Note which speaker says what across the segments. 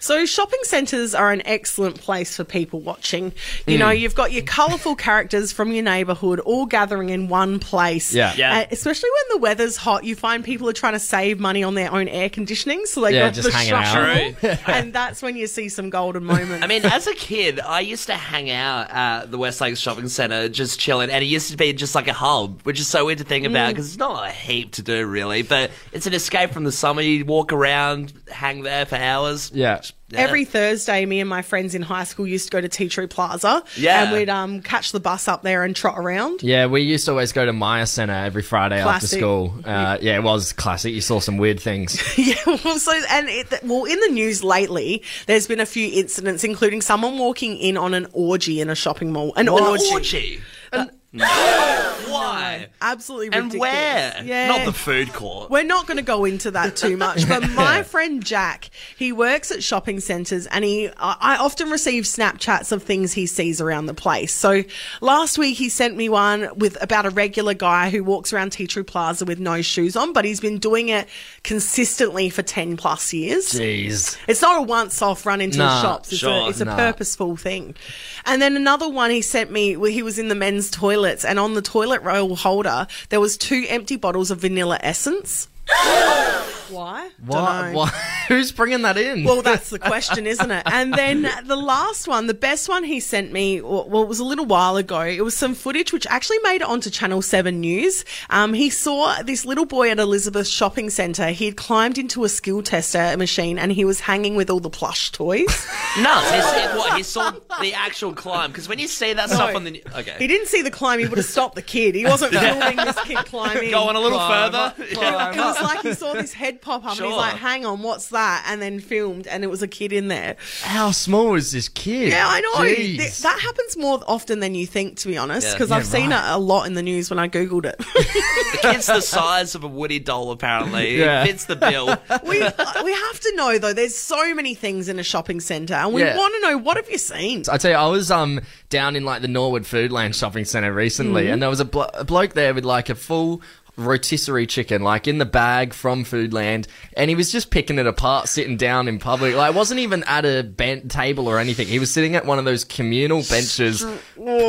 Speaker 1: So, shopping centres are an excellent place for people watching. You
Speaker 2: Hmm.
Speaker 1: know, you've got your colourful characters from your neighbourhood all gathering in one place.
Speaker 2: Yeah.
Speaker 3: Yeah.
Speaker 1: Uh, especially when the weather's hot, you find people are trying to save money on their own air conditioning. So, they
Speaker 2: Yeah,
Speaker 1: got
Speaker 2: just
Speaker 1: the
Speaker 2: hanging out.
Speaker 1: shop wall, and that's when you see some golden moments.
Speaker 3: I mean, as a kid, I used to hang out at the West Lakes Shopping Centre, just chilling, and it used to be just like a hub, which is so weird to think
Speaker 1: Mm.
Speaker 3: about because it's not a heap to do really, but it's an escape from the summer. You walk around, hang there for hours.
Speaker 2: Yeah.
Speaker 1: Every Thursday, me and my friends in high school used to go to Tea Tree Plaza.
Speaker 3: Yeah.
Speaker 1: And we'd um, catch the bus up there and trot around.
Speaker 2: Yeah, we used to always go to Maya Center every Friday after
Speaker 1: Classic.
Speaker 2: school. Uh, yeah, it was classic. You saw some weird things.
Speaker 1: Yeah, well, so and it, well, in the news lately, there's been a few incidents, including someone walking in on an orgy in a shopping mall. An
Speaker 3: What,
Speaker 1: orgy,
Speaker 3: orgy. No. Why?
Speaker 1: absolutely
Speaker 3: And
Speaker 1: Uh, ridiculous.
Speaker 3: where?
Speaker 1: Yeah.
Speaker 3: Not the food court.
Speaker 1: We're not going to go into that too much, but my friend Jack, he works at shopping centres and he, I I often receive Snapchats of things he sees around the place. So last week he sent me one with about a regular guy who walks around Tea Tree Plaza with no shoes on, but he's been doing it consistently for 10 plus years.
Speaker 2: Jeez.
Speaker 1: It's not a once off run into
Speaker 2: Nah,
Speaker 1: the shops. It's
Speaker 3: sure,
Speaker 1: a, it's a
Speaker 2: nah.
Speaker 1: purposeful thing. And then another one he sent me, well, he was in the men's toilets, and on the toilet roll holder, there was two empty bottles of vanilla essence. Why?
Speaker 2: What?
Speaker 1: Dunno.
Speaker 2: what? Who's bringing that in?
Speaker 1: Well, that's the question, isn't it? And then the last one, the best one he sent me, well, well, it was a little while ago. It was some footage which actually made it onto Channel 7 News. Um, he saw this little boy at Elizabeth's shopping centre. He had climbed into a skill tester machine and he was hanging with all the plush toys.
Speaker 3: No, he said what? He saw the actual climb because when you see that stuff on the okay,
Speaker 1: he didn't see the climb. He would have stopped the kid. He wasn't filming this kid climbing.
Speaker 3: going a little further.
Speaker 1: it was like he saw this head pop up and
Speaker 3: Sure.
Speaker 1: he's like, hang on, what's that? And then filmed and it was a kid in there.
Speaker 2: How small is this kid?
Speaker 1: Yeah, I know.
Speaker 2: Jeez.
Speaker 1: Th- that happens more often than you think, to be honest,
Speaker 3: Yeah.
Speaker 1: because I've seen it a lot in the news when I Googled it.
Speaker 3: The kid's the size of a woody doll, apparently.
Speaker 2: Yeah.
Speaker 3: It fits the bill.
Speaker 1: we, we have to know, though, there's so many things in a shopping centre, and we
Speaker 2: Yeah.
Speaker 1: want to know what have you seen?
Speaker 2: I tell you, I was um down in like the Norwood Foodland shopping centre recently, and there was a, blo- a bloke there with like a full rotisserie chicken, like in the bag from Foodland, and he was just picking it apart, sitting down in public. Like, it wasn't even at a bent table or anything. He was sitting at one of those communal benches,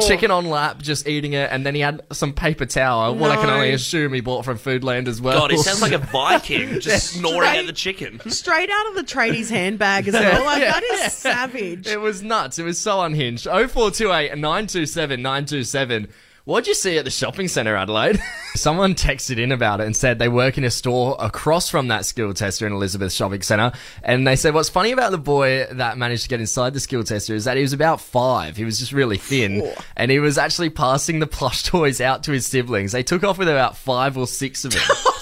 Speaker 2: chicken on lap, just eating it, and then he had some paper towel. What I can
Speaker 1: No.
Speaker 2: only assume he bought from Foodland as well.
Speaker 3: God, he sounds like a Viking just snoring
Speaker 1: Right.
Speaker 3: at the chicken.
Speaker 1: Straight out of the tradie's handbag as well. Like, that is savage.
Speaker 2: It was nuts. It was so unhinged. 0428 927 927. What'd you see at the shopping centre, Adelaide? Someone texted in about it and said they work in a store across from that skill tester in Elizabeth Shopping Centre. And they said what's funny about the boy that managed to get inside the skill tester is that he was about five. He was just really thin. And he was actually passing the plush toys out to his siblings. They took off with about five or six of them.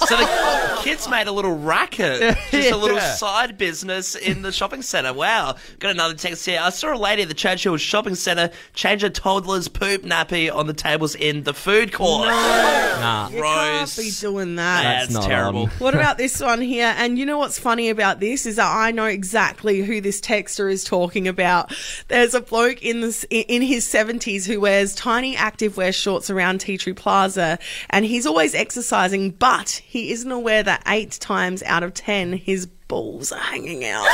Speaker 3: So the kids made a little racket, just a little
Speaker 2: Yeah.
Speaker 3: side business in the shopping centre. Wow. Got another text here. I saw a lady at the Churchill shopping centre change a toddler's poop nappy on the tables in the food court.
Speaker 1: You can't be
Speaker 3: Gross.
Speaker 1: doing that.
Speaker 3: That's,
Speaker 2: not
Speaker 3: terrible.
Speaker 2: on.
Speaker 1: What about this one here? And you know what's funny about this is that I know exactly who this texter is talking about. There's a bloke in this in his 70s who wears tiny activewear shorts around Tea Tree Plaza, and he's always exercising, but he isn't aware that eight times out of ten his balls are hanging out.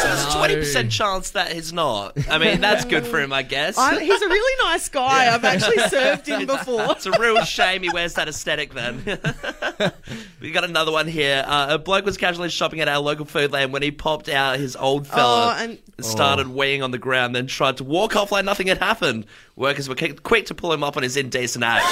Speaker 3: So there's a 20% chance that he's not. I mean, that's good for him, I guess.
Speaker 1: I, he's a really nice guy. I've actually served him before.
Speaker 3: It's a real shame he wears that aesthetic then. we got another one here. Uh, a bloke was casually shopping at our local food land when he popped out his old fella
Speaker 1: Oh, and-
Speaker 3: started weighing on the ground, then tried to walk off like nothing had happened. Workers were quick quick to pull him up on his indecent act.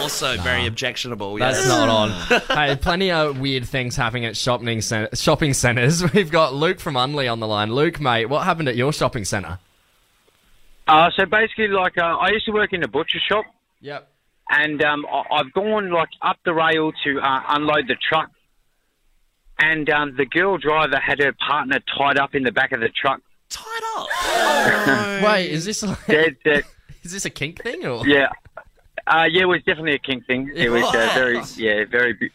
Speaker 3: also very objectionable.
Speaker 2: That's
Speaker 3: yes.
Speaker 2: not on. hey, plenty of weird things happening at shopping cen- shopping centres. We've got Luke from Unley on the line. Luke, mate, what happened at your shopping centre?
Speaker 4: Uh, so basically, like uh, I used to work in a butcher shop,
Speaker 2: Yep.
Speaker 4: and um, I- I've gone like up the rail to uh, unload the truck, and um, the girl driver had her partner tied up in the back of the truck.
Speaker 3: Tied up.
Speaker 2: Wait, is this like,
Speaker 4: Dead, dead,
Speaker 2: is this a kink thing or?
Speaker 4: yeah, uh, yeah. It was definitely a kink thing. It was uh, very, yeah, very, bu-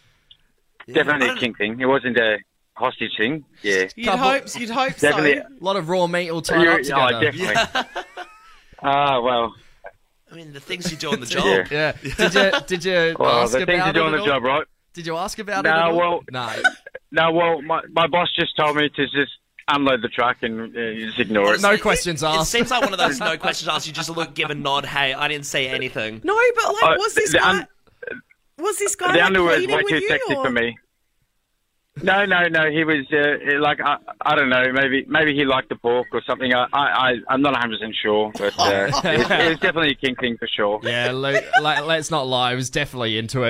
Speaker 4: definitely a kink thing. It wasn't a hostage thing. Yeah,
Speaker 1: You'd hope, you'd hope so.
Speaker 4: Definitely.
Speaker 2: A lot of raw meat all tied
Speaker 4: yeah,
Speaker 2: up
Speaker 4: oh,
Speaker 2: together.
Speaker 4: definitely. uh, well,
Speaker 3: I mean, the things you do on the job.
Speaker 4: Yeah.
Speaker 2: yeah. Did you did you
Speaker 4: well,
Speaker 2: ask
Speaker 4: the things
Speaker 2: about
Speaker 4: you do
Speaker 2: it
Speaker 4: on
Speaker 2: at
Speaker 4: the
Speaker 2: all?
Speaker 4: job, right?
Speaker 2: Did you ask about it?
Speaker 4: No,
Speaker 2: at all?
Speaker 4: well-
Speaker 2: no.
Speaker 4: No, well, my, my boss just told me to just unload the truck and uh, you just ignore it.
Speaker 2: No questions
Speaker 3: It
Speaker 2: asked.
Speaker 3: seems like one of those no questions asked. You just look, give a nod. Hey, I didn't say anything.
Speaker 1: No, but like,
Speaker 4: Oh,
Speaker 1: was this
Speaker 4: the
Speaker 1: guy?
Speaker 4: un-
Speaker 1: was this guy?
Speaker 4: the
Speaker 1: like,
Speaker 4: underwear is
Speaker 1: pleading
Speaker 4: way
Speaker 1: with
Speaker 4: too
Speaker 1: you,
Speaker 4: sexy
Speaker 1: or-
Speaker 4: for me. No, no, no. He was uh, like I, I don't know. Maybe maybe he liked the pork or something. I, I I'm not 100 percent sure, but uh, it, was, it was definitely a kink thing for sure.
Speaker 2: yeah, Luke, like, let's not lie. I was definitely into it.